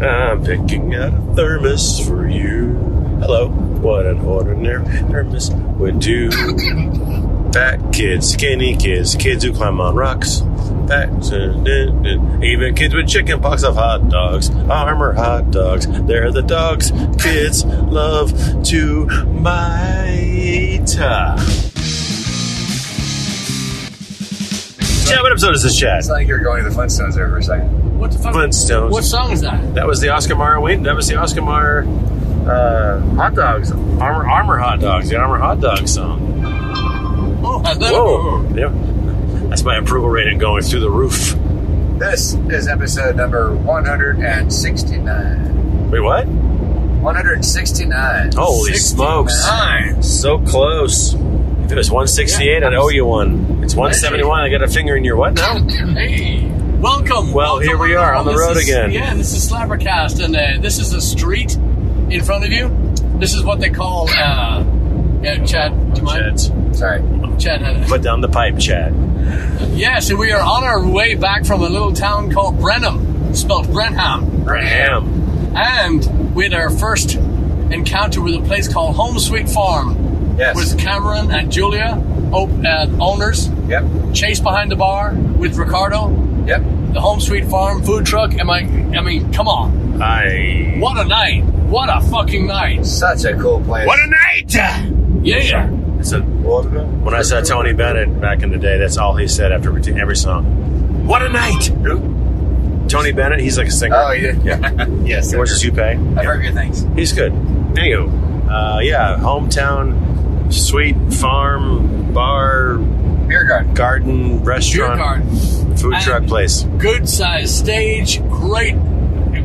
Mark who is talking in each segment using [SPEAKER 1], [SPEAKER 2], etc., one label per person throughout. [SPEAKER 1] I'm picking out a thermos for you. Hello, what an ordinary thermos would do. Fat kids, skinny kids, kids who climb on rocks. Fat, even kids with chicken pox of hot dogs. Armor hot dogs, they're the dogs. Kids love to bite. Ah. Chad, what episode is this, Chad?
[SPEAKER 2] It's like you're going to the Flintstones there for a second.
[SPEAKER 3] What the fuck?
[SPEAKER 1] Flintstones.
[SPEAKER 3] What song is that?
[SPEAKER 1] That was the Oscar Mayer. Wait, that was the Oscar Mayer uh, hot dogs. Armor, armor hot dogs. The armor hot dog song.
[SPEAKER 3] Oh, I thought
[SPEAKER 1] Whoa. Yep. That's my approval rating going through the roof.
[SPEAKER 2] This is episode number 169.
[SPEAKER 1] Wait, what?
[SPEAKER 2] 169.
[SPEAKER 1] Holy smokes!
[SPEAKER 3] Nine.
[SPEAKER 1] So close. If it was 168, I'd owe you one. It's 171. I got a finger in your what now?
[SPEAKER 3] Hey, welcome.
[SPEAKER 1] Well,
[SPEAKER 3] welcome,
[SPEAKER 1] here we are on the
[SPEAKER 3] welcome.
[SPEAKER 1] road
[SPEAKER 3] This is-
[SPEAKER 1] again.
[SPEAKER 3] Yeah, this is Slappercast, and uh, this is a street in front of you. This is what they call. Uh, yeah, Chad, do you mind?
[SPEAKER 1] Chad,
[SPEAKER 2] Sorry.
[SPEAKER 3] Chad had
[SPEAKER 1] put down the pipe, Chad.
[SPEAKER 3] Yes, and we are on our way back from a little town called Brenham, spelled Brenham.
[SPEAKER 1] Bram.
[SPEAKER 3] And we had our first encounter with a place called Home Sweet Farm
[SPEAKER 2] Yes.
[SPEAKER 3] with Cameron and Julia, op- uh, owners.
[SPEAKER 2] Yep.
[SPEAKER 3] Chase behind the bar with Ricardo,
[SPEAKER 2] Yep.
[SPEAKER 3] the Home Sweet Farm food truck. Am I? I mean, come on!
[SPEAKER 1] I.
[SPEAKER 3] What a night! What a fucking night!
[SPEAKER 2] Such a cool place.
[SPEAKER 1] What a night!
[SPEAKER 3] Yeah.
[SPEAKER 1] It's a
[SPEAKER 2] Welcome.
[SPEAKER 1] When I saw Tony Bennett back in the day, that's all he said after every song. What a night! Uh, Tony Bennett, he's like a singer.
[SPEAKER 2] Oh, you did? Yeah. yes.
[SPEAKER 1] He wears a toupee.
[SPEAKER 2] I've heard good things.
[SPEAKER 1] He's good. Anywho, uh, yeah, hometown, sweet farm, bar,
[SPEAKER 2] Beer garden.
[SPEAKER 1] garden,
[SPEAKER 3] Beer
[SPEAKER 1] restaurant,
[SPEAKER 3] garden.
[SPEAKER 1] food
[SPEAKER 3] And-
[SPEAKER 1] truck place.
[SPEAKER 3] Good sized stage. Great,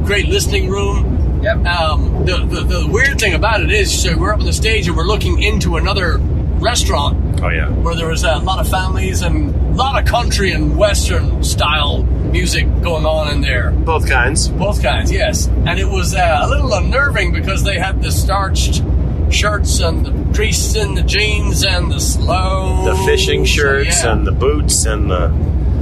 [SPEAKER 3] great listening room.
[SPEAKER 2] Yep.
[SPEAKER 3] um, the, the, the weird thing about it is, so we're up on the stage and we're looking into another restaurant
[SPEAKER 1] Oh yeah,
[SPEAKER 3] where there was a lot of families and a lot of country and Western style music going on in there.
[SPEAKER 1] both kinds.
[SPEAKER 3] Both kinds, yes. And it was uh, a little unnerving because they had the starched shirts and the crease in the jeans and the slow.
[SPEAKER 1] The fishing shirts
[SPEAKER 3] yeah.
[SPEAKER 1] and the boots and the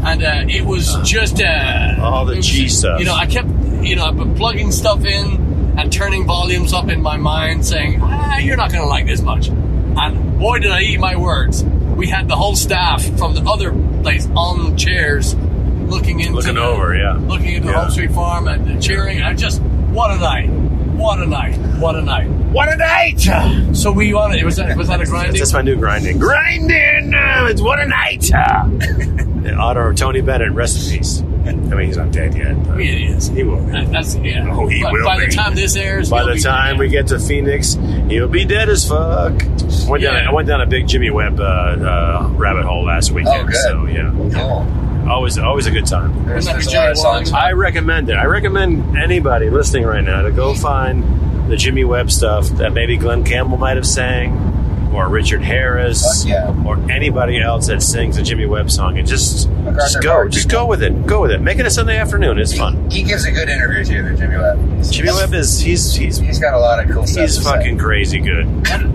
[SPEAKER 3] and uh, it was just uh,
[SPEAKER 1] All Oh, the
[SPEAKER 3] it was-
[SPEAKER 1] G stuff.
[SPEAKER 3] You know, I kept you know I've been plugging stuff in and turning volumes up in my mind, saying, "Ah, you're not going to like this much." And boy, did I eat my words. We had the whole staff from the other place on chairs, looking into
[SPEAKER 1] Looking
[SPEAKER 3] the-
[SPEAKER 1] over, yeah.
[SPEAKER 3] looking into
[SPEAKER 1] Yeah.
[SPEAKER 3] Home Street Farm and the cheering. I just what a night, what a night, what a night.
[SPEAKER 1] what a night!
[SPEAKER 3] So we wanted. Was that was that a grinding?
[SPEAKER 1] That's my new grinding. Grinding! uh, It's what a night! uh. the auto Tony Bennett recipes. I mean, he's not dead yet. but
[SPEAKER 3] It is.
[SPEAKER 1] He will. be.
[SPEAKER 3] That's yeah.
[SPEAKER 1] Oh, he
[SPEAKER 3] But
[SPEAKER 1] will
[SPEAKER 3] by
[SPEAKER 1] be.
[SPEAKER 3] the time this airs,
[SPEAKER 1] By
[SPEAKER 3] we'll
[SPEAKER 1] the
[SPEAKER 3] be-
[SPEAKER 1] time we get to Phoenix, he'll be dead as fuck. I went, down,
[SPEAKER 3] Yeah.
[SPEAKER 1] I went down a big Jimmy Webb uh, uh, rabbit hole last weekend.
[SPEAKER 2] Oh, good.
[SPEAKER 1] So yeah,
[SPEAKER 2] Cool.
[SPEAKER 1] always always a good time.
[SPEAKER 2] There's,
[SPEAKER 3] Wouldn't that
[SPEAKER 2] there's
[SPEAKER 3] be
[SPEAKER 2] a lot
[SPEAKER 3] Jerry
[SPEAKER 2] of songs.
[SPEAKER 1] I recommend it. I recommend anybody listening right now to go find the Jimmy Webb stuff that maybe Glenn Campbell might have sang, or Richard Harris,
[SPEAKER 2] Fuck yeah.
[SPEAKER 1] or anybody else that sings a Jimmy Webb song, and just
[SPEAKER 2] Across
[SPEAKER 1] just
[SPEAKER 2] our
[SPEAKER 1] go,
[SPEAKER 2] park,
[SPEAKER 1] just go with it, go with it. Make it a Sunday afternoon. It's fun.
[SPEAKER 2] He gives a good interview too, the Jimmy Webb.
[SPEAKER 1] Jimmy Webb is he's he's
[SPEAKER 2] He's got a lot of cool stuff. to
[SPEAKER 1] he's
[SPEAKER 2] say.
[SPEAKER 1] fucking crazy good.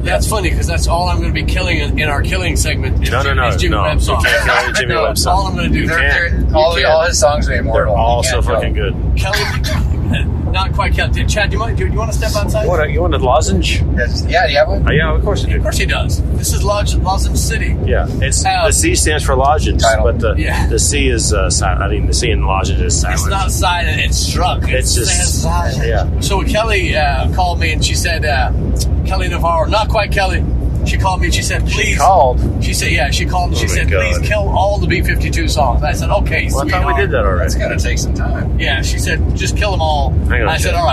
[SPEAKER 3] That's funny because that's all I'm going to be killing in, in our killing segment. Is
[SPEAKER 1] No, no,
[SPEAKER 3] Jim-
[SPEAKER 1] no,
[SPEAKER 3] is Jimmy
[SPEAKER 1] no.
[SPEAKER 3] Webb song.
[SPEAKER 1] You can't kill any Jimmy
[SPEAKER 3] No,
[SPEAKER 1] Webb
[SPEAKER 3] that's
[SPEAKER 1] song.
[SPEAKER 3] all I'm going to do.
[SPEAKER 2] They're,
[SPEAKER 1] can't.
[SPEAKER 2] they're, all,
[SPEAKER 1] You can't.
[SPEAKER 2] all his songs are
[SPEAKER 1] They're
[SPEAKER 2] immortal.
[SPEAKER 1] all
[SPEAKER 2] You
[SPEAKER 1] so
[SPEAKER 2] can't kill
[SPEAKER 1] fucking
[SPEAKER 2] him.
[SPEAKER 1] good.
[SPEAKER 3] Kelly, not quite Kelly. Chad, do you mind? Do you want to step outside?
[SPEAKER 1] What, you want a lozenge?
[SPEAKER 2] That's- Yeah, do you have one?
[SPEAKER 1] Uh, yeah, of course I
[SPEAKER 3] Of
[SPEAKER 1] do.
[SPEAKER 3] course he does. This is Lodge, Lozenge City.
[SPEAKER 1] Yeah, it's
[SPEAKER 3] Um,
[SPEAKER 1] the C stands for lozenge,
[SPEAKER 2] Title.
[SPEAKER 1] but the
[SPEAKER 3] Yeah.
[SPEAKER 1] the C is uh, silent. I mean, the C in lozenge is silent.
[SPEAKER 3] It's not silent. It's struck.
[SPEAKER 1] It's just-
[SPEAKER 3] silent.
[SPEAKER 1] yeah.
[SPEAKER 3] So Kelly uh, called me and she said, uh, Kelly Navarro, not quite Kelly. She called me and she said, please.
[SPEAKER 1] She called.
[SPEAKER 3] She said, yeah. She called and she
[SPEAKER 1] Oh my
[SPEAKER 3] said,
[SPEAKER 1] God.
[SPEAKER 3] please kill all the B-52 songs. And I said, okay.
[SPEAKER 1] Well, I thought we
[SPEAKER 3] sweetheart."
[SPEAKER 1] did that already.
[SPEAKER 2] That's got to take some time.
[SPEAKER 3] Yeah, she said, just kill them all.
[SPEAKER 1] Hang on
[SPEAKER 3] And
[SPEAKER 1] a
[SPEAKER 3] I said,
[SPEAKER 1] second.
[SPEAKER 3] all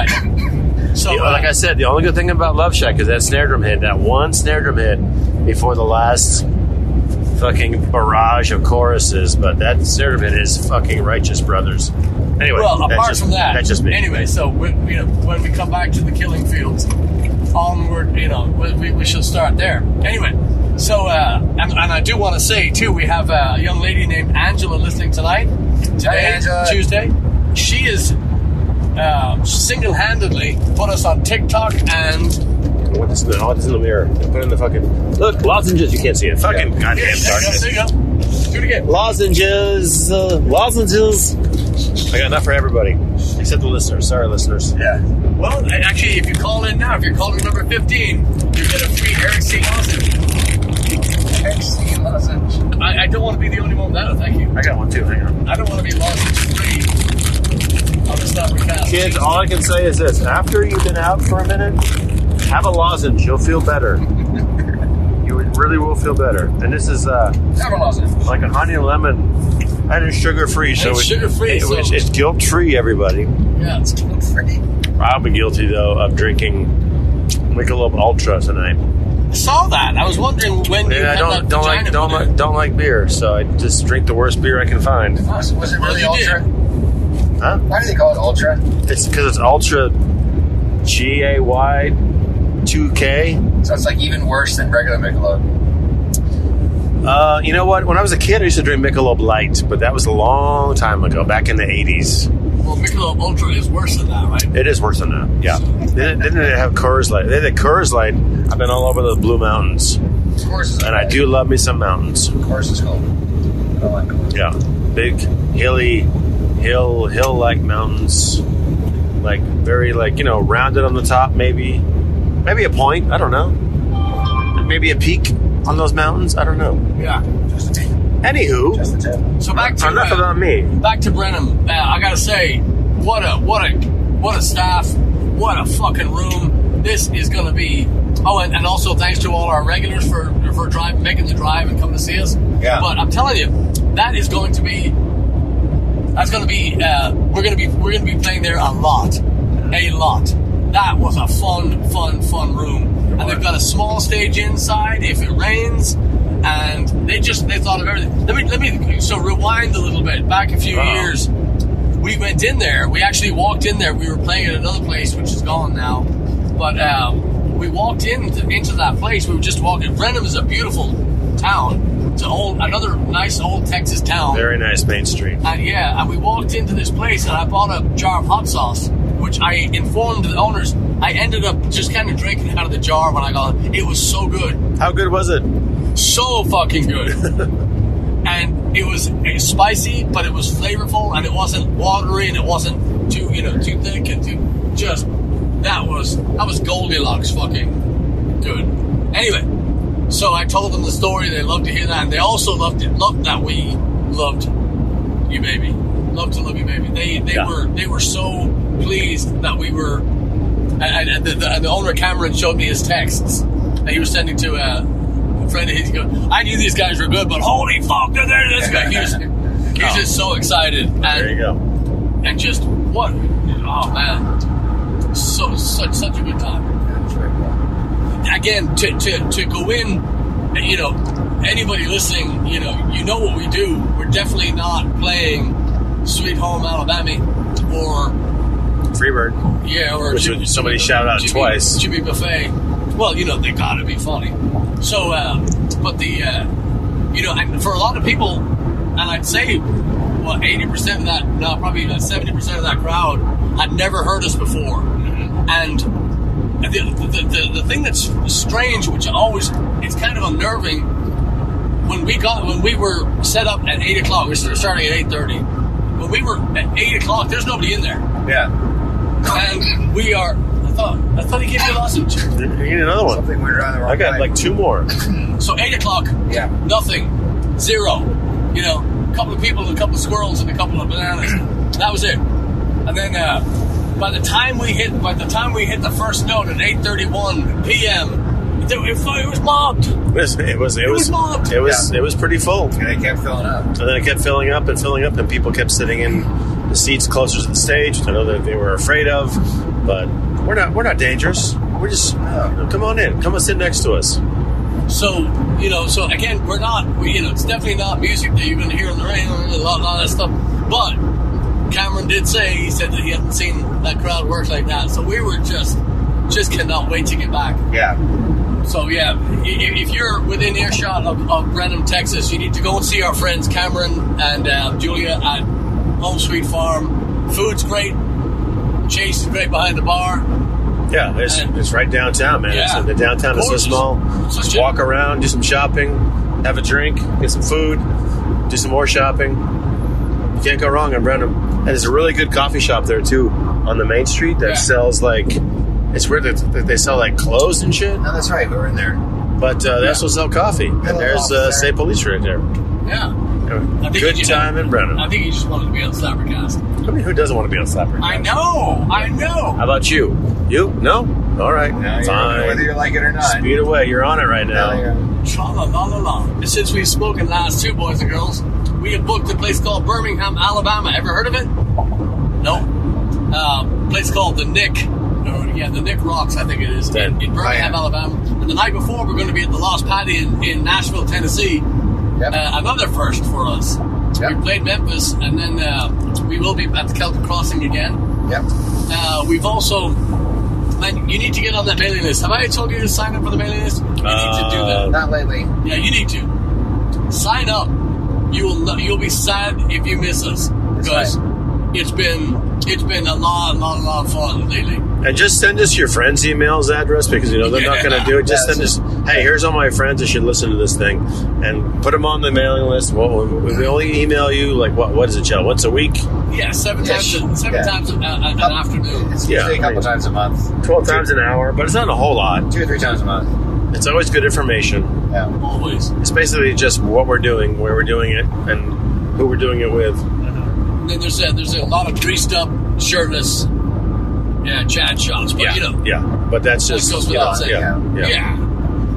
[SPEAKER 3] right. So,
[SPEAKER 1] Yeah, like I said, the only good thing about Love Shack is that snare drum hit, that one snare drum hit before the last fucking barrage of choruses. But that snare drum hit is fucking righteous, brothers. Anyway,
[SPEAKER 3] well,
[SPEAKER 1] that's
[SPEAKER 3] apart
[SPEAKER 1] just-
[SPEAKER 3] from that,
[SPEAKER 1] that's just me.
[SPEAKER 3] Anyway, so we, you know, when we come back to the killing fields, onward, you know, we, we, we shall start there. Anyway, so uh, and, and I do want to say too, we have a young lady named Angela listening tonight, today,
[SPEAKER 2] Angela.
[SPEAKER 3] Tuesday. She is uh, single-handedly put us on TikTok and
[SPEAKER 1] What is the, oh, it's in the mirror. Put it in the fucking look lozenges. You can't see it. Fucking
[SPEAKER 3] Yeah,
[SPEAKER 1] goddamn
[SPEAKER 3] there
[SPEAKER 1] darkness.
[SPEAKER 3] you go, there you go. Do it again.
[SPEAKER 1] Lozenges, uh, lozenges. I got enough for everybody. Except the listeners. Sorry, listeners.
[SPEAKER 2] Yeah.
[SPEAKER 3] Well, a- actually, if you call in now, if you're calling number 15, you get a free Eric C. Lawson.
[SPEAKER 2] XC lozenge.
[SPEAKER 3] I, I don't want to be the only one without it, thank you.
[SPEAKER 1] I got one too. Hang on.
[SPEAKER 3] I don't want to be lozenge free on the stopper cast.
[SPEAKER 1] Kids, all I can say is this: after you've been out for a minute, have a lozenge. You'll feel better. you really will feel better. And this is uh,
[SPEAKER 2] Have a lozenge.
[SPEAKER 1] like a honey and lemon, and it's sugar free. So
[SPEAKER 3] it's
[SPEAKER 1] it-
[SPEAKER 3] sugar-free,
[SPEAKER 1] it-
[SPEAKER 3] so-
[SPEAKER 1] it's, it's guilt free. Everybody.
[SPEAKER 3] Yeah, it's cool.
[SPEAKER 2] Free.
[SPEAKER 1] I'll be guilty though of drinking Michelob Ultra tonight.
[SPEAKER 3] I saw that. I was wondering when you
[SPEAKER 1] Yeah, I
[SPEAKER 3] had
[SPEAKER 1] don't
[SPEAKER 3] that
[SPEAKER 1] don't like
[SPEAKER 3] vagina
[SPEAKER 1] don't
[SPEAKER 3] put in.
[SPEAKER 1] like, don't like beer, so I just drink the worst beer I can find.
[SPEAKER 2] Was, was it
[SPEAKER 3] Well,
[SPEAKER 2] really
[SPEAKER 3] you
[SPEAKER 2] ultra?
[SPEAKER 3] did.
[SPEAKER 1] Huh?
[SPEAKER 2] Why do they call it ultra?
[SPEAKER 1] It's because it's ultra G A Y two K.
[SPEAKER 2] So it's like even worse than regular Michelob.
[SPEAKER 1] Uh, you know what? When I was a kid, I used to drink Michelob Light, but that was a long time ago, back in the eighties.
[SPEAKER 3] Well, Michelob Ultra is worse than that, right?
[SPEAKER 1] It is worse than that. Yeah. Didn't, didn't they have Coors Light? They had Coors Light. I've been all over the Blue Mountains,
[SPEAKER 2] Of course it's
[SPEAKER 1] and I do love me some mountains.
[SPEAKER 2] Of course it's cold. I don't like cold.
[SPEAKER 1] Yeah, big hilly hill hill like mountains, like very like you know rounded on the top maybe, maybe a point I don't know, maybe a peak on those mountains I don't know.
[SPEAKER 3] Yeah.
[SPEAKER 2] Just the tip.
[SPEAKER 1] Anywho,
[SPEAKER 2] Just the tip.
[SPEAKER 3] So back to
[SPEAKER 1] enough
[SPEAKER 3] uh,
[SPEAKER 1] about me.
[SPEAKER 3] back to Brenham. Uh, I gotta say, what a what a what a staff, what a fucking room. This is gonna be. Oh, and, and also thanks to all our regulars for for drive making the drive and coming to see us.
[SPEAKER 2] Yeah.
[SPEAKER 3] But I'm telling you, that is going to be. That's gonna be. Uh, we're gonna be we're gonna be playing there a lot, a lot. That was a fun, fun, fun room, and they've got a small stage inside if it rains, and they just they thought of everything. Let me let me so rewind a little bit back a few
[SPEAKER 1] Wow.
[SPEAKER 3] years we went in there. We actually walked in there. We were playing at another place, which is gone now. But um, we walked in into that place. We were just walking. Brenham is a beautiful town. It's an old, another nice old Texas town.
[SPEAKER 1] Very nice Main Street.
[SPEAKER 3] And yeah, and we walked into this place, and I bought a jar of hot sauce, which I informed the owners. I ended up just kind of drinking out of the jar when I got it. It was so good
[SPEAKER 1] How good was it?
[SPEAKER 3] so fucking good. and it was eh, spicy, but it was flavorful, and it wasn't watery, and it wasn't too you know too thick and too just that was that was Goldilocks fucking good. Anyway, so I told them the story. They loved to hear that, and they also loved it. Loved that we loved you, baby. Loved to love you, baby. They they
[SPEAKER 1] Yeah.
[SPEAKER 3] were they were so pleased that we were and, and the, the, and the owner Cameron showed me his texts that he was sending to uh, a friend of his. He goes, I knew these guys were good, but holy fuck, they're there. This guy, he was, he was just so excited
[SPEAKER 1] There you
[SPEAKER 3] and,
[SPEAKER 1] go.
[SPEAKER 3] and just what? Oh man, so such such a good time. Again, to to, to go in, you know, anybody listening, you know, you know what we do. We're definitely not playing Sweet Home Alabama or
[SPEAKER 1] Freebird.
[SPEAKER 3] yeah, or
[SPEAKER 1] Which
[SPEAKER 3] Jim-
[SPEAKER 1] was- somebody
[SPEAKER 3] Jimmy-
[SPEAKER 1] shouted out
[SPEAKER 3] Jimmy-
[SPEAKER 1] twice.
[SPEAKER 3] Jimmy Buffet. Well, you know they gotta be funny. So, uh, but the uh, you know, and for a lot of people, and I'd say, well, eighty percent of that, no, probably uh, seventy percent of that crowd had never heard us before,
[SPEAKER 1] Mm-hmm.
[SPEAKER 3] and the, the, the, the thing that's strange, which always it's kind of unnerving, when we got when we were set up at eight o'clock, we were starting at eight thirty. When we were at eight o'clock, there's nobody in there
[SPEAKER 2] Yeah.
[SPEAKER 3] and we are. I thought I thought he gave me a lozenge.
[SPEAKER 1] You need another one.
[SPEAKER 2] Something weird around the wrong
[SPEAKER 1] I got
[SPEAKER 2] way.
[SPEAKER 1] like two more.
[SPEAKER 3] So eight o'clock,
[SPEAKER 2] Yeah.
[SPEAKER 3] nothing, zero. You know, a couple of people, and a couple of squirrels, and a couple of bananas. That was it. And then uh, by the time we hit, by the time we hit the first note at eight thirty-one p.m., it, it, it was mobbed.
[SPEAKER 1] It was it was it
[SPEAKER 3] was
[SPEAKER 1] was
[SPEAKER 3] mobbed.
[SPEAKER 1] it was, it was pretty full.
[SPEAKER 2] And they kept filling up.
[SPEAKER 1] And then it kept filling up and filling up, and people kept sitting in the seats closer to the stage. which I know that they were afraid of, but we're not. We're not dangerous. We're just
[SPEAKER 2] No.
[SPEAKER 1] come on in. Come and sit next to us.
[SPEAKER 3] So you know, so again, we're not. We, you know, it's definitely not music that you're going to hear on the radio and a lot, lot of that stuff. But Cameron did say he said that he hadn't seen that crowd work like that. So we were just just cannot wait to get back.
[SPEAKER 2] Yeah.
[SPEAKER 3] So yeah, i- i- if you're within earshot of, of Brenham, Texas, you need to go and see our friends Cameron and uh, Julia at Home Sweet Farm. Food's great. Chase is great behind the bar.
[SPEAKER 1] Yeah, it's,
[SPEAKER 3] And-
[SPEAKER 1] it's right downtown, man. It's-
[SPEAKER 3] Yeah.
[SPEAKER 1] the downtown is so
[SPEAKER 3] Gorgeous.
[SPEAKER 1] small.
[SPEAKER 3] So
[SPEAKER 1] Just
[SPEAKER 3] chill.
[SPEAKER 1] walk around, do some shopping, have a drink, get some food, do some more shopping. You can't go wrong in Brenham. And there's a really good coffee shop there too on the main street that
[SPEAKER 2] Yeah.
[SPEAKER 1] sells like it's weird that that they sell like clothes and shit,
[SPEAKER 2] No, that's right. We were in there.
[SPEAKER 1] but uh, they
[SPEAKER 3] Yeah.
[SPEAKER 1] also sell coffee. And
[SPEAKER 2] Little
[SPEAKER 1] there's uh,
[SPEAKER 2] office
[SPEAKER 1] Say
[SPEAKER 2] there.
[SPEAKER 1] Police right there.
[SPEAKER 3] Yeah. I think
[SPEAKER 1] Good
[SPEAKER 3] you-
[SPEAKER 1] time in
[SPEAKER 3] I
[SPEAKER 1] Brennan.
[SPEAKER 3] think he just wanted to be on Slappercast.
[SPEAKER 1] I mean, who doesn't want to be on Slapper?
[SPEAKER 3] I know. I know.
[SPEAKER 1] How about you? You? No? All right.
[SPEAKER 2] Now you're on it, Whether
[SPEAKER 1] Fine.
[SPEAKER 2] you like it or not.
[SPEAKER 1] Speed away. You're on it right
[SPEAKER 2] Now
[SPEAKER 1] now.
[SPEAKER 2] you're-
[SPEAKER 3] Tra la la la la. Since we've spoken last two boys and girls, we have booked a place called Birmingham, Alabama. Ever heard of it? No. Uh, place called the Nick. Or, yeah, the Nick Rocks, I think it is, in, in Birmingham,
[SPEAKER 2] Yeah.
[SPEAKER 3] Alabama. And the night before, we're going to be at the Lost Patty in, in Nashville, Tennessee.
[SPEAKER 2] Yep.
[SPEAKER 3] Uh, another first for us.
[SPEAKER 2] Yep.
[SPEAKER 3] We played Memphis, and then uh, we will be at the Celtic Crossing again.
[SPEAKER 2] yep.
[SPEAKER 3] Uh, we've also, man, you need to get on that mailing list. Have I told you to sign up for the mailing list? You need to do that.
[SPEAKER 1] Uh,
[SPEAKER 2] Not lately.
[SPEAKER 3] Yeah, you need to sign up. You will not, you'll be sad if you miss us because it's been it's been a lot, a lot, a lot of fun lately.
[SPEAKER 1] And just send us your friends' emails address because you know they're not going to do it. Just send us, hey, here's all my friends that should listen to this thing, and put them on the mailing list. Well, we we only email you like what? What is it, Joe? Once a week,
[SPEAKER 3] Yeah, seven
[SPEAKER 2] Yes.
[SPEAKER 3] times a- seven
[SPEAKER 2] Yeah.
[SPEAKER 3] times a, a, an
[SPEAKER 2] Up-
[SPEAKER 3] afternoon.
[SPEAKER 2] It's
[SPEAKER 1] Yeah,
[SPEAKER 2] usually a couple
[SPEAKER 1] right.
[SPEAKER 2] times a month.
[SPEAKER 1] twelve times an hour, but it's not a whole lot.
[SPEAKER 2] Two or three times a month.
[SPEAKER 1] It's always good information.
[SPEAKER 2] Yeah.
[SPEAKER 3] Always.
[SPEAKER 1] It's basically just what we're doing, where we're doing it, and who we're doing it with.
[SPEAKER 3] And then there's a, there's a lot of greased up, shirtless, yeah, chat shots. But
[SPEAKER 1] yeah,
[SPEAKER 3] you know,
[SPEAKER 1] yeah. But that's just
[SPEAKER 3] goes without saying.
[SPEAKER 1] yeah,
[SPEAKER 3] yeah.
[SPEAKER 1] yeah.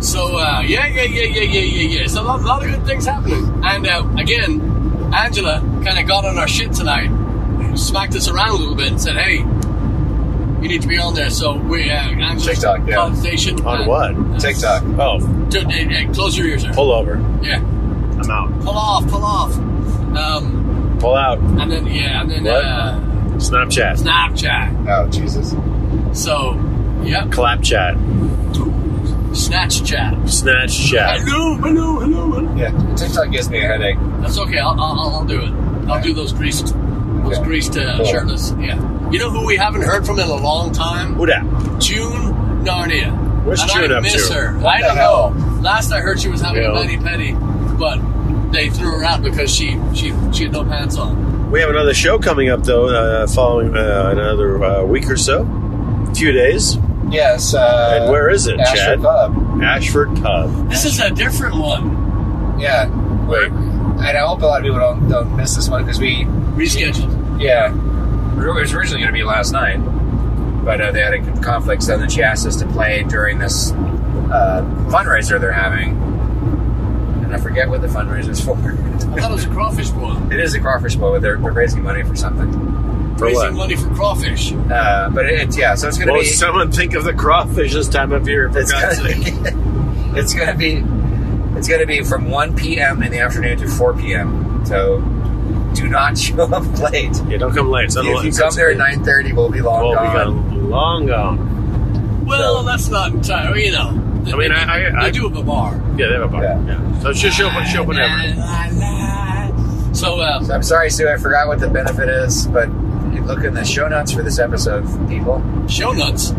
[SPEAKER 3] So uh, yeah, yeah, yeah, yeah, yeah, yeah, yeah. So a lot, lot of good things happening. And uh, again, Angela kind of got on our shit tonight, smacked us around a little bit, and said, "Hey, you need to be on there." So we uh, Angela's
[SPEAKER 2] TikTok, yeah.
[SPEAKER 3] conversation
[SPEAKER 1] On
[SPEAKER 3] and- uh,
[SPEAKER 1] what?
[SPEAKER 2] TikTok.
[SPEAKER 1] Oh,
[SPEAKER 3] Dude, hey, hey, uh, close your ears. There.
[SPEAKER 1] pull over.
[SPEAKER 3] Yeah,
[SPEAKER 1] I'm out.
[SPEAKER 3] pull off, pull off. Um,
[SPEAKER 1] Pull out.
[SPEAKER 3] and then yeah, and then
[SPEAKER 1] What?
[SPEAKER 3] Uh,
[SPEAKER 1] Snapchat.
[SPEAKER 3] Snapchat.
[SPEAKER 2] Oh, Jesus.
[SPEAKER 3] So yeah,
[SPEAKER 1] Clap chat.
[SPEAKER 3] Snatch Chat.
[SPEAKER 1] Snatch chat.
[SPEAKER 3] Hello, hello, hello, hello.
[SPEAKER 2] Yeah. TikTok gives me a headache.
[SPEAKER 3] That's okay. I'll, I'll, I'll- I'll do it. I'll do those greased, those
[SPEAKER 2] Okay.
[SPEAKER 3] greased uh,
[SPEAKER 2] Cool.
[SPEAKER 3] shirtless. Yeah. You know who we haven't heard from in a long time?
[SPEAKER 1] Who that?
[SPEAKER 3] June Narnia.
[SPEAKER 1] Where's
[SPEAKER 3] and
[SPEAKER 1] June
[SPEAKER 3] I
[SPEAKER 1] up
[SPEAKER 3] miss
[SPEAKER 1] to?
[SPEAKER 3] her.
[SPEAKER 2] What
[SPEAKER 3] I
[SPEAKER 2] the
[SPEAKER 3] don't
[SPEAKER 2] hell?
[SPEAKER 3] know. Last I heard, she was having
[SPEAKER 1] Yeah.
[SPEAKER 3] a mani pedi, but they threw her out because she she she had no pants on.
[SPEAKER 1] We have another show coming up though, uh, following uh, another uh, week or so, few days.
[SPEAKER 2] Yes. Uh,
[SPEAKER 1] And where is it,
[SPEAKER 2] Astro
[SPEAKER 1] Chad?
[SPEAKER 2] Club.
[SPEAKER 1] Ashford Pub.
[SPEAKER 3] This is a different one.
[SPEAKER 2] Yeah.
[SPEAKER 1] Wait.
[SPEAKER 2] And I hope a lot of people don't, don't miss this one because we
[SPEAKER 3] Rescheduled.
[SPEAKER 2] Yeah. It was originally going to be last night, but uh, they had a conflict, so then she asked us to play during this uh, fundraiser they're having. And I forget what the fundraiser's for.
[SPEAKER 3] I thought it was a crawfish one.
[SPEAKER 2] it is a crawfish bowl, but they're, they're raising money for something.
[SPEAKER 1] For
[SPEAKER 3] Raising
[SPEAKER 1] what?
[SPEAKER 3] money for crawfish.
[SPEAKER 2] Uh, but it's, yeah, so it's going to
[SPEAKER 1] Well,
[SPEAKER 2] be.
[SPEAKER 1] someone think of the crawfish this time of year, for
[SPEAKER 2] it's
[SPEAKER 1] God's
[SPEAKER 2] gonna
[SPEAKER 1] sake.
[SPEAKER 2] be- it's going to be. It's going to be from 1 p.m. in the afternoon to 4 p.m. So do not show up late.
[SPEAKER 1] Yeah, don't come late. It's not
[SPEAKER 2] If you come there at 9:30, we'll be long
[SPEAKER 1] well, we got
[SPEAKER 2] gone.
[SPEAKER 1] long gone.
[SPEAKER 3] Well, that's not entirely. You know. They,
[SPEAKER 1] I mean, I- I-
[SPEAKER 3] they
[SPEAKER 1] I-
[SPEAKER 3] do have a bar.
[SPEAKER 1] Yeah, they have a bar.
[SPEAKER 2] Yeah.
[SPEAKER 1] Yeah. So it's just show up, show up whenever.
[SPEAKER 3] So uh,
[SPEAKER 2] So I'm sorry, Sue. I forgot what the benefit is, but you look in the show notes for this episode, people.
[SPEAKER 3] Show nuts. I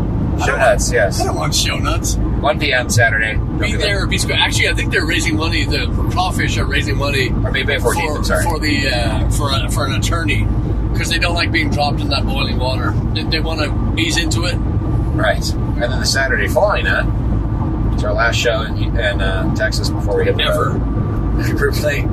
[SPEAKER 2] Show
[SPEAKER 3] don't-
[SPEAKER 2] notes,
[SPEAKER 3] I
[SPEAKER 2] yes.
[SPEAKER 3] don't want show nuts.
[SPEAKER 2] 1 p.m. Saturday.
[SPEAKER 3] Be there or be square. Actually, I think they're raising money. The crawfish are raising money
[SPEAKER 2] Or maybe May 14th.
[SPEAKER 3] for,
[SPEAKER 2] I'm sorry.
[SPEAKER 3] for the uh, for a, for an attorney because they don't like being dropped in that boiling water. They, they want to ease into it.
[SPEAKER 2] Right. And then the Saturday following that, it's our last show in, in uh, Texas before we hit the
[SPEAKER 3] Ever.
[SPEAKER 2] road. We're playing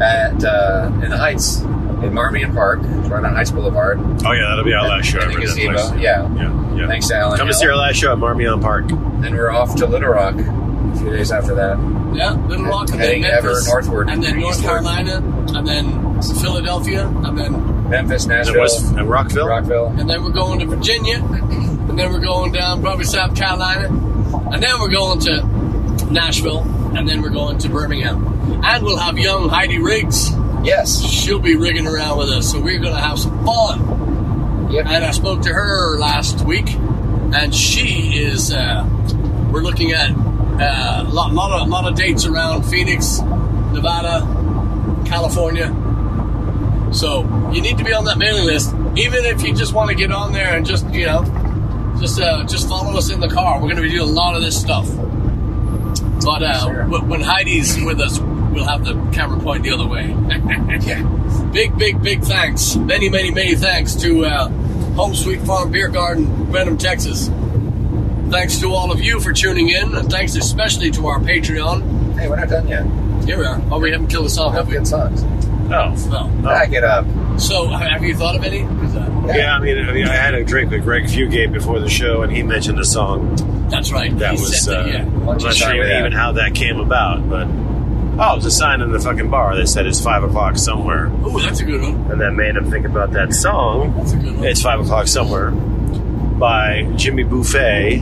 [SPEAKER 2] at uh, in the Heights in Marmion Park, right on Heights Boulevard.
[SPEAKER 1] Oh yeah, that'll be our last show.
[SPEAKER 2] And the
[SPEAKER 1] ever.
[SPEAKER 2] gazebo,
[SPEAKER 1] That's nice.
[SPEAKER 2] yeah.
[SPEAKER 1] yeah, yeah.
[SPEAKER 2] Thanks to Alan.
[SPEAKER 1] Come and see our last show at Marmion Park.
[SPEAKER 2] Then we're off to Little Rock a few days after that.
[SPEAKER 3] Yeah, Little Rock and then
[SPEAKER 2] Heading ever
[SPEAKER 3] Memphis,
[SPEAKER 2] northward.
[SPEAKER 3] and then North
[SPEAKER 2] Eastward.
[SPEAKER 3] Carolina, and then Philadelphia, and then
[SPEAKER 2] Memphis,
[SPEAKER 1] It
[SPEAKER 2] Nashville,
[SPEAKER 1] was at Rockville.
[SPEAKER 2] Rockville.
[SPEAKER 3] and then we're going to Virginia, and then we're going down probably South Carolina, and then we're going to Nashville, and then we're going to Birmingham, and we'll have young Heidi Riggs.
[SPEAKER 2] Yes.
[SPEAKER 3] she'll be rigging around with us, so we're gonna have some fun.
[SPEAKER 2] Yep.
[SPEAKER 3] And I spoke to her last week, and she is. Uh, we're looking at uh, a lot, lot of lot of dates around Phoenix, Nevada, California. So you need to be on that mailing list, even if you just want to get on there and just you know, just uh, just follow us in the car. We're gonna be doing a lot of this stuff. But uh,
[SPEAKER 2] Sure.
[SPEAKER 3] wh- when Heidi's with us, we'll have the camera point the other way.
[SPEAKER 2] yeah.
[SPEAKER 3] Big, big, big thanks. Many, many, many thanks to uh, Home Sweet Farm Beer Garden, Benham, Texas. Thanks to all of you for tuning in, and thanks especially to our Patreon.
[SPEAKER 2] Hey, we're not done yet.
[SPEAKER 3] Here we are. Oh, we haven't killed us off, have
[SPEAKER 2] Have
[SPEAKER 3] we?
[SPEAKER 2] good songs.
[SPEAKER 1] Oh.
[SPEAKER 3] No.
[SPEAKER 2] Back it up.
[SPEAKER 3] So, have you thought of any? Is that-
[SPEAKER 1] Yeah, I mean, I mean, I had a drink with Greg Fugate before the show, and he mentioned a song
[SPEAKER 3] That's right.
[SPEAKER 1] that
[SPEAKER 3] He
[SPEAKER 1] was.
[SPEAKER 3] said
[SPEAKER 1] Uh,
[SPEAKER 3] that, yeah.
[SPEAKER 1] I'm not sure even how that came about, but oh, it was a sign in the fucking bar that said it's five o'clock somewhere,
[SPEAKER 3] Oh, that's a good one.
[SPEAKER 1] and that made him think about that song.
[SPEAKER 3] That's a good one.
[SPEAKER 1] It's Five O'Clock Somewhere by Jimmy Buffet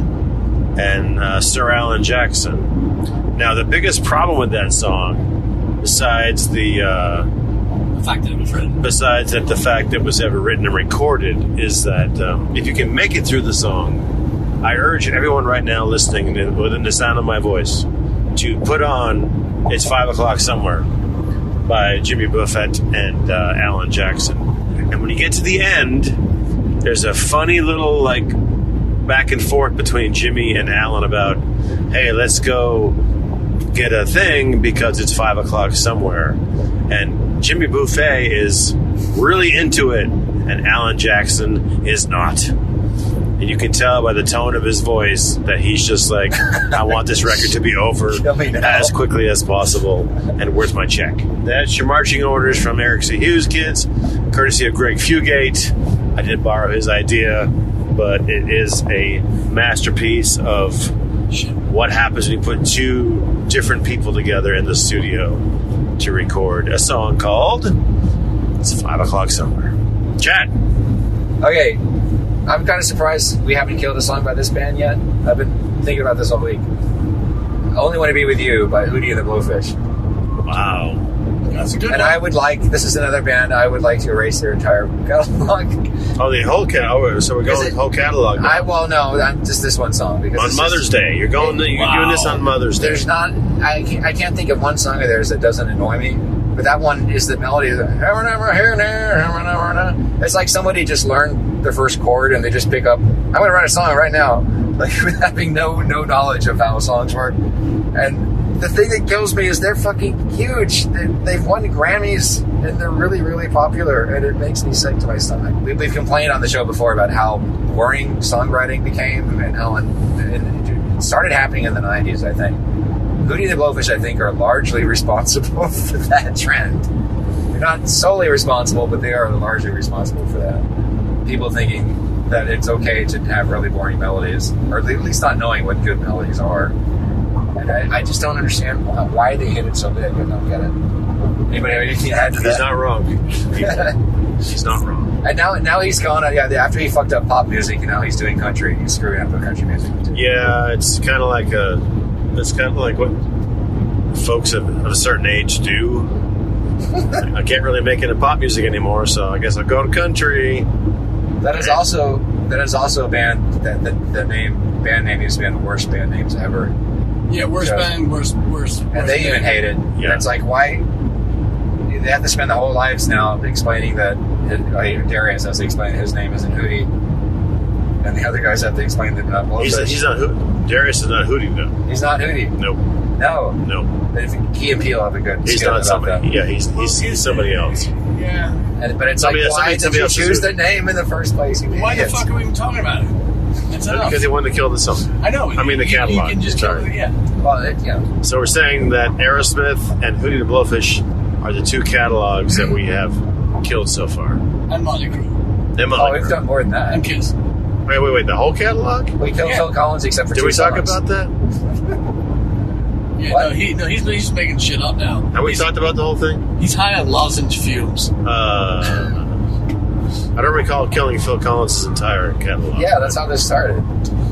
[SPEAKER 1] and uh, Sir Alan Jackson. Now, the biggest problem with that song, besides the uh,
[SPEAKER 3] the fact that it was written.
[SPEAKER 1] besides that the fact that it was ever written and recorded, is that um, if you can make it through the song, I urge everyone right now listening and within the sound of my voice to put on "It's Five O'clock Somewhere" by Jimmy Buffett and uh, Alan Jackson. And when you get to the end, there's a funny little like back and forth between Jimmy and Alan about, hey, let's go get a thing because it's five o'clock somewhere. And Jimmy Buffet is really into it, and Alan Jackson is not. And you can tell by the tone of his voice that he's just like, I want this record to be over
[SPEAKER 2] Kill me now.
[SPEAKER 1] as quickly as possible. And where's my check? That's your marching orders from Eric C. Hughes, kids, courtesy of Greg Fugate. I did borrow his idea, but it is a masterpiece of
[SPEAKER 3] Shit.
[SPEAKER 1] what happens when you put two different people together in the studio to record a song called It's Five O'Clock Somewhere. Chad,
[SPEAKER 2] Okay, I'm kind of surprised we haven't killed a song by this band yet. I've been thinking about this all week. I only want to be with you by Hootie and the Blowfish,
[SPEAKER 1] wow.
[SPEAKER 3] That's a good
[SPEAKER 2] and
[SPEAKER 3] one.
[SPEAKER 2] I would like. This is another band I would like to erase their entire catalog.
[SPEAKER 1] Oh, the whole catalog. So we're
[SPEAKER 2] Is
[SPEAKER 1] going
[SPEAKER 2] it-
[SPEAKER 1] the whole catalog. now.
[SPEAKER 2] I well, no, I'm just this one song because
[SPEAKER 1] on
[SPEAKER 2] it's just-
[SPEAKER 1] Mother's Day, you're going. You're
[SPEAKER 3] Wow.
[SPEAKER 1] doing this on Mother's Day.
[SPEAKER 2] There's not. I can't, I can't think of one song of theirs that doesn't annoy me. But that one is the melody. Of the, "Ever, never, here, there, ever, never, never." it's like somebody just learned the first chord and they just pick up. I'm going to write a song right now, like with having no no knowledge of how songs work. And the thing that kills me is they're fucking huge. They, they've won Grammys and they're really really popular, and it makes me sick to my stomach. We, we've complained on the show before about how boring songwriting became and how it, it started happening in the '90s, I think. Hootie and the Blowfish, I think, are largely responsible for that trend. They're not solely responsible, but they are largely responsible for that. People thinking that it's okay to have really boring melodies, or at least not knowing what good melodies are. And I, I just don't understand why, why they hit it so big. I don't get it. Anybody have anything to add to
[SPEAKER 1] He's
[SPEAKER 2] that?
[SPEAKER 1] not wrong. He's not wrong.
[SPEAKER 2] and now, now he's gone. uh, Yeah, after he fucked up pop music, and now he's doing country. He's screwing up the country music. too.
[SPEAKER 1] Yeah, it's kind of like a. It's kind of like what folks of, of a certain age do. I can't really make it in pop music anymore, so I guess I'll go to country.
[SPEAKER 2] That is also that is also a band that the, the name band name has been the worst band names ever, and
[SPEAKER 3] yeah, worst
[SPEAKER 2] Yeah.
[SPEAKER 3] band, worst, worst. worst
[SPEAKER 2] they even
[SPEAKER 3] band.
[SPEAKER 2] hate it. And
[SPEAKER 1] Yeah.
[SPEAKER 2] It's like why they have to spend their whole lives now explaining that it, like, Darius has to explain his name isn't Hootie, and the other guys have to explain that uh, Blowfish.
[SPEAKER 1] He's, he's not. Hoot- Darius is not hooting though.
[SPEAKER 2] he's not Hootie.
[SPEAKER 1] Nope.
[SPEAKER 2] No,
[SPEAKER 1] Nope.
[SPEAKER 2] But if- Key and Peele have a good.
[SPEAKER 1] He's
[SPEAKER 2] skit
[SPEAKER 1] not
[SPEAKER 2] about
[SPEAKER 1] somebody.
[SPEAKER 2] that.
[SPEAKER 1] Yeah, he's, he's he's somebody else.
[SPEAKER 3] Yeah.
[SPEAKER 2] And, but it's
[SPEAKER 1] Somebody-
[SPEAKER 2] like why
[SPEAKER 1] somebody- somebody
[SPEAKER 2] did
[SPEAKER 1] else
[SPEAKER 2] you
[SPEAKER 1] is
[SPEAKER 2] choose
[SPEAKER 1] Hootie.
[SPEAKER 2] the name in the first place? you
[SPEAKER 3] Why the
[SPEAKER 2] idiots?
[SPEAKER 3] fuck are we even talking about it? That's enough.
[SPEAKER 1] Because he wanted to kill the song.
[SPEAKER 3] I know.
[SPEAKER 1] I mean, the
[SPEAKER 3] you- You
[SPEAKER 1] catalog.
[SPEAKER 3] can just
[SPEAKER 1] Sorry.
[SPEAKER 3] kill it, yeah.
[SPEAKER 2] Well, it, yeah.
[SPEAKER 1] So we're saying that Aerosmith and Hootie the Blowfish are the two catalogs that we have killed so far.
[SPEAKER 3] And Motley Crue.
[SPEAKER 1] Them
[SPEAKER 2] Oh,
[SPEAKER 1] other-
[SPEAKER 2] we've done more than
[SPEAKER 3] And
[SPEAKER 2] that.
[SPEAKER 3] Kiss.
[SPEAKER 1] wait, wait, wait. The whole catalog?
[SPEAKER 2] We killed
[SPEAKER 3] Yeah.
[SPEAKER 2] Phil Collins except for.
[SPEAKER 1] Did
[SPEAKER 2] two
[SPEAKER 1] we talk
[SPEAKER 2] songs.
[SPEAKER 1] about that?
[SPEAKER 3] Yeah,
[SPEAKER 2] What?
[SPEAKER 3] no, he, no, he's, he's making shit up now.
[SPEAKER 1] Have we
[SPEAKER 3] he's,
[SPEAKER 1] talked about the whole thing?
[SPEAKER 3] he's high on lozenge fumes.
[SPEAKER 1] Uh, I don't recall killing Phil Collins' entire catalog.
[SPEAKER 2] Yeah, that's how this started.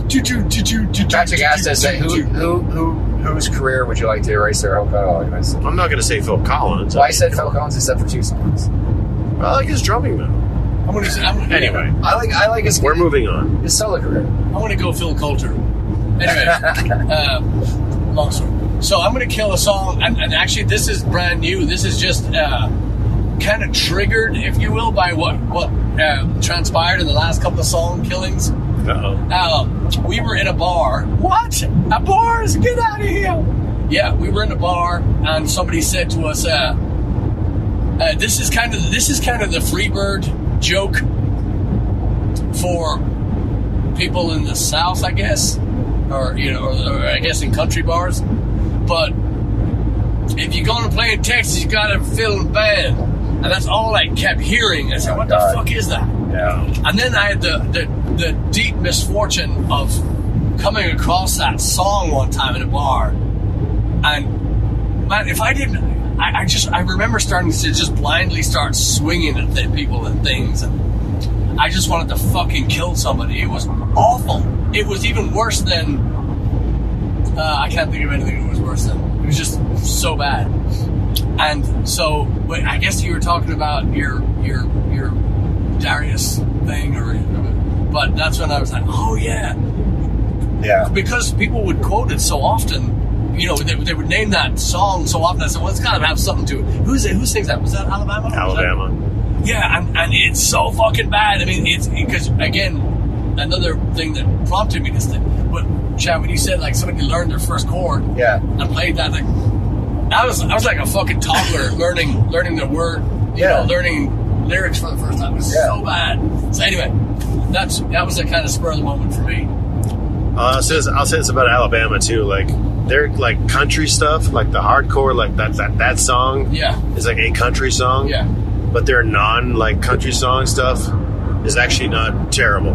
[SPEAKER 3] Choo choo choo choo choo.
[SPEAKER 2] Patrick asked us, like, who, who, who, whose career would you like to erase their whole catalog? And I said,
[SPEAKER 1] I'm not going to say Phil Collins.
[SPEAKER 2] well, I said Phil Collins except for two songs.
[SPEAKER 1] I like his drumming though.
[SPEAKER 3] I'm gonna say, I'm,
[SPEAKER 1] Anyway,
[SPEAKER 2] I like, I like his,
[SPEAKER 1] we're moving on.
[SPEAKER 2] his solo career.
[SPEAKER 3] I'm gonna go Phil Coulter. Anyway, um, long story. So I'm gonna kill a song, and, and actually, this is brand new. This is just uh, kind of triggered, if you will, by what what uh, transpired in the last couple of song killings.
[SPEAKER 1] Uh oh.
[SPEAKER 3] Um, we were in a bar. What? A bar? Get out of here! Yeah, we were in a bar, and somebody said to us, uh, uh, "This is kind of this is kind of the Freebird joke for people in the South, I guess, or you know, or, or I guess in country bars. But if you're gonna play in Texas, you gotta fill in band, and that's all I kept hearing. I said, "What the
[SPEAKER 2] God.
[SPEAKER 3] fuck is that?"
[SPEAKER 2] Yeah.
[SPEAKER 3] And then I had the, the, the deep misfortune of coming across that song one time in a bar. And man, if I didn't, I, I just, I remember starting to just blindly start swinging at thi- people and things. And I just wanted to fucking kill somebody. It was awful. It was even worse than, uh, I can't think of anything that was worse than. It was just so bad. And so, but I guess you were talking about your your your Darius thing, or but that's when I was like, oh yeah,
[SPEAKER 2] Yeah.
[SPEAKER 3] because people would quote it so often. You know, they, they would name that song so often. I said, well, it's got to have something to it. Who's it? Who sings that? Was that Alabama? Was that-
[SPEAKER 1] Alabama.
[SPEAKER 3] yeah, and, and it's so fucking bad. I mean, it's because again, another thing that prompted me this thing. But Chad, when you said like somebody learned their first chord,
[SPEAKER 2] Yeah.
[SPEAKER 3] and played that. Like, I was I was like a fucking toddler learning learning the word, you
[SPEAKER 2] Yeah.
[SPEAKER 3] know, learning lyrics for the first time. It was
[SPEAKER 2] Yeah.
[SPEAKER 3] so bad. So anyway, that's that was a kind of spur of the moment for me.
[SPEAKER 1] Uh, so it's- I'll say this about Alabama too. Like they're like country stuff, like the hardcore, like that that that song
[SPEAKER 3] Yeah,
[SPEAKER 1] is like a country song.
[SPEAKER 3] yeah,
[SPEAKER 1] But their non like country song stuff is actually not terrible.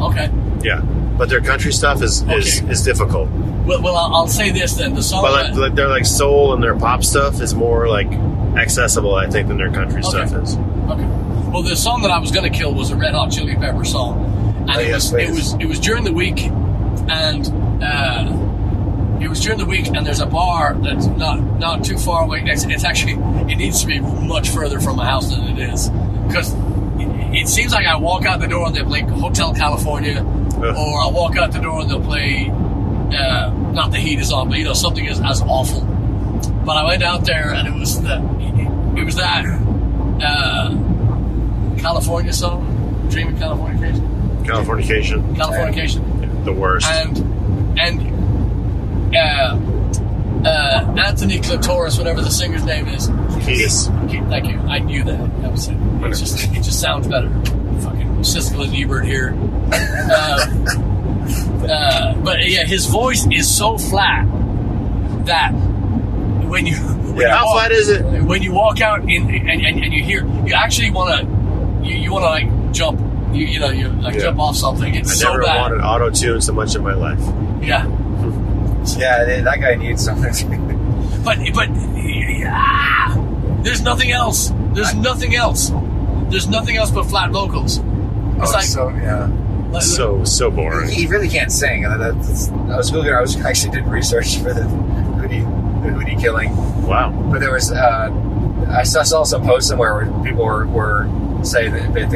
[SPEAKER 3] okay.
[SPEAKER 1] Yeah. But their country stuff is is,
[SPEAKER 3] Okay. Oh,
[SPEAKER 1] is difficult.
[SPEAKER 3] Well, well, I'll, I'll say this then. The song.
[SPEAKER 1] But
[SPEAKER 3] that-
[SPEAKER 1] like, like their like soul and their pop stuff is more like accessible, I think, than their country
[SPEAKER 3] Okay.
[SPEAKER 1] stuff is.
[SPEAKER 3] Okay. Well, the song that I was going to kill was a Red Hot Chili Pepper song, and
[SPEAKER 2] Oh,
[SPEAKER 3] it
[SPEAKER 2] yes,
[SPEAKER 3] was it
[SPEAKER 2] please.
[SPEAKER 3] was it was during the week, and uh, it was during the week, and there's a bar that's not not too far away. It's, it's actually it needs to be much further from my house than it is because it, it seems like I walk out the door and they play Hotel California, or I walk out the door and they'll play uh, not the heat is on, but you know something is as awful. But I went out there and it was the it was that uh, California song, Dream of Californication,
[SPEAKER 1] Californication,
[SPEAKER 3] Californication,
[SPEAKER 1] the worst.
[SPEAKER 3] and and uh, uh, Anthony Clitoris, whatever the singer's name is.
[SPEAKER 1] Keys.
[SPEAKER 3] Okay, thank you. I knew that. That was it. It just, it just sounds better. Fucking Siskel and Ebert here. uh, uh, but yeah, his voice is so flat that when you when
[SPEAKER 2] Yeah.
[SPEAKER 3] you
[SPEAKER 1] How
[SPEAKER 3] walk-
[SPEAKER 1] flat is it?
[SPEAKER 3] when you walk out in and, and, and you hear you actually want to you, you want to like jump you, you know you like
[SPEAKER 1] Yeah.
[SPEAKER 3] jump off something it's
[SPEAKER 1] I
[SPEAKER 3] so
[SPEAKER 1] never
[SPEAKER 3] bad
[SPEAKER 1] wanted auto tune so much in my life.
[SPEAKER 3] yeah
[SPEAKER 2] Yeah. they- That guy needs something. Oh,
[SPEAKER 3] but but yeah, there's nothing else there's nothing else there's nothing else but flat vocals it's
[SPEAKER 2] Oh,
[SPEAKER 3] like
[SPEAKER 2] so yeah.
[SPEAKER 3] like-
[SPEAKER 1] So so boring.
[SPEAKER 2] He really can't sing. and that's- I was googling. I was I actually did research for the Hootie, the Hootie killing,
[SPEAKER 1] Wow.
[SPEAKER 2] but there was uh, I saw, saw some post somewhere where people were, were saying that ba-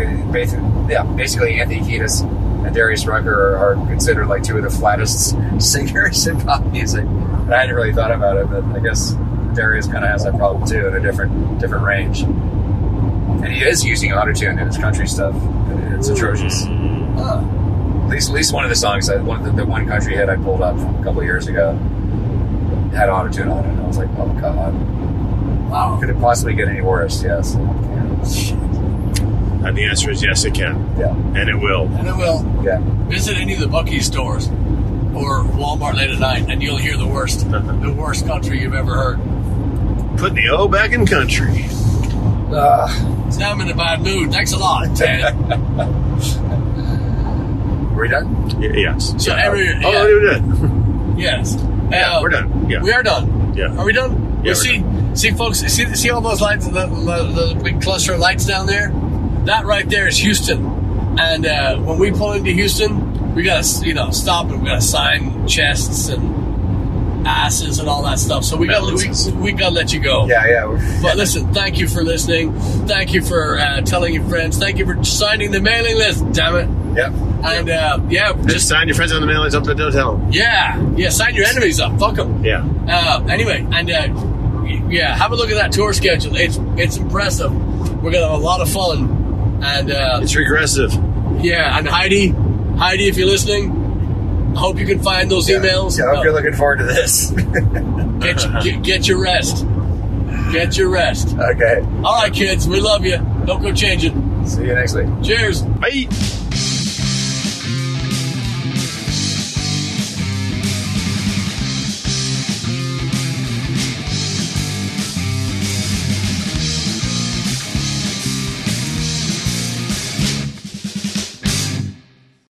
[SPEAKER 2] ba- yeah, basically Anthony Kiedis and Darius Rucker are, are considered like two of the flattest singers in pop music. And I hadn't really thought about it, but I guess Darius kind of has that problem too in a different different range. And he is using autotune in his country stuff. and It's atrocious.
[SPEAKER 3] huh.
[SPEAKER 2] At least, at least one of the songs, that one of the, the one country hit I pulled up a couple of years ago had autotune on it, and I was like, oh god,
[SPEAKER 3] wow
[SPEAKER 2] could it possibly get any worse? Yes. Yeah.
[SPEAKER 1] And the answer is yes, it can,
[SPEAKER 2] Yeah.
[SPEAKER 1] and it will.
[SPEAKER 3] and it will
[SPEAKER 2] Yeah.
[SPEAKER 3] visit any of the Bucky stores or Walmart late at night and you'll hear the worst the worst country you've ever heard
[SPEAKER 1] Putting the O back in country.
[SPEAKER 2] Uh,
[SPEAKER 3] so I'm in a bad mood thanks a lot Ted
[SPEAKER 2] are we done?
[SPEAKER 1] Y- yes.
[SPEAKER 3] So every-
[SPEAKER 1] Oh,
[SPEAKER 3] yeah.
[SPEAKER 1] we're done.
[SPEAKER 3] Yes.
[SPEAKER 1] Yeah, we're done. Yeah.
[SPEAKER 3] We are done.
[SPEAKER 1] Yeah.
[SPEAKER 3] Are we done?
[SPEAKER 1] Yeah,
[SPEAKER 3] we
[SPEAKER 1] we're
[SPEAKER 3] see, see, folks, see, see all those lights, the, the, the big cluster of lights down there. That right there is Houston. And uh, when we pull into Houston, we gotta you know stop and we gotta sign chests and asses and all that stuff. So we gotta we, we gotta let you go.
[SPEAKER 2] Yeah, yeah. we're-
[SPEAKER 3] But listen, thank you for listening. Thank you for uh, telling your friends. Thank you for signing the mailing list. Damn it!
[SPEAKER 2] Yep.
[SPEAKER 3] And uh, yeah,
[SPEAKER 1] Just
[SPEAKER 3] just
[SPEAKER 1] sign your friends on the mailing list up to don't tell them.
[SPEAKER 3] yeah, yeah. Sign your enemies up. Fuck them.
[SPEAKER 1] Yeah.
[SPEAKER 3] Uh, anyway, and uh, y- yeah, have a look at that tour schedule. It's it's impressive. We're gonna have a lot of fun, and uh,
[SPEAKER 1] It's regressive.
[SPEAKER 3] yeah, and Heidi, Heidi, if you're listening, I hope you can find those emails.
[SPEAKER 2] Yeah, I hope
[SPEAKER 3] No.
[SPEAKER 2] you're looking forward to this.
[SPEAKER 3] Get, your- get, get your rest. Get your rest.
[SPEAKER 2] okay.
[SPEAKER 3] All right, kids, we love you. Don't go change it.
[SPEAKER 2] See you next week.
[SPEAKER 3] Cheers.
[SPEAKER 1] Bye.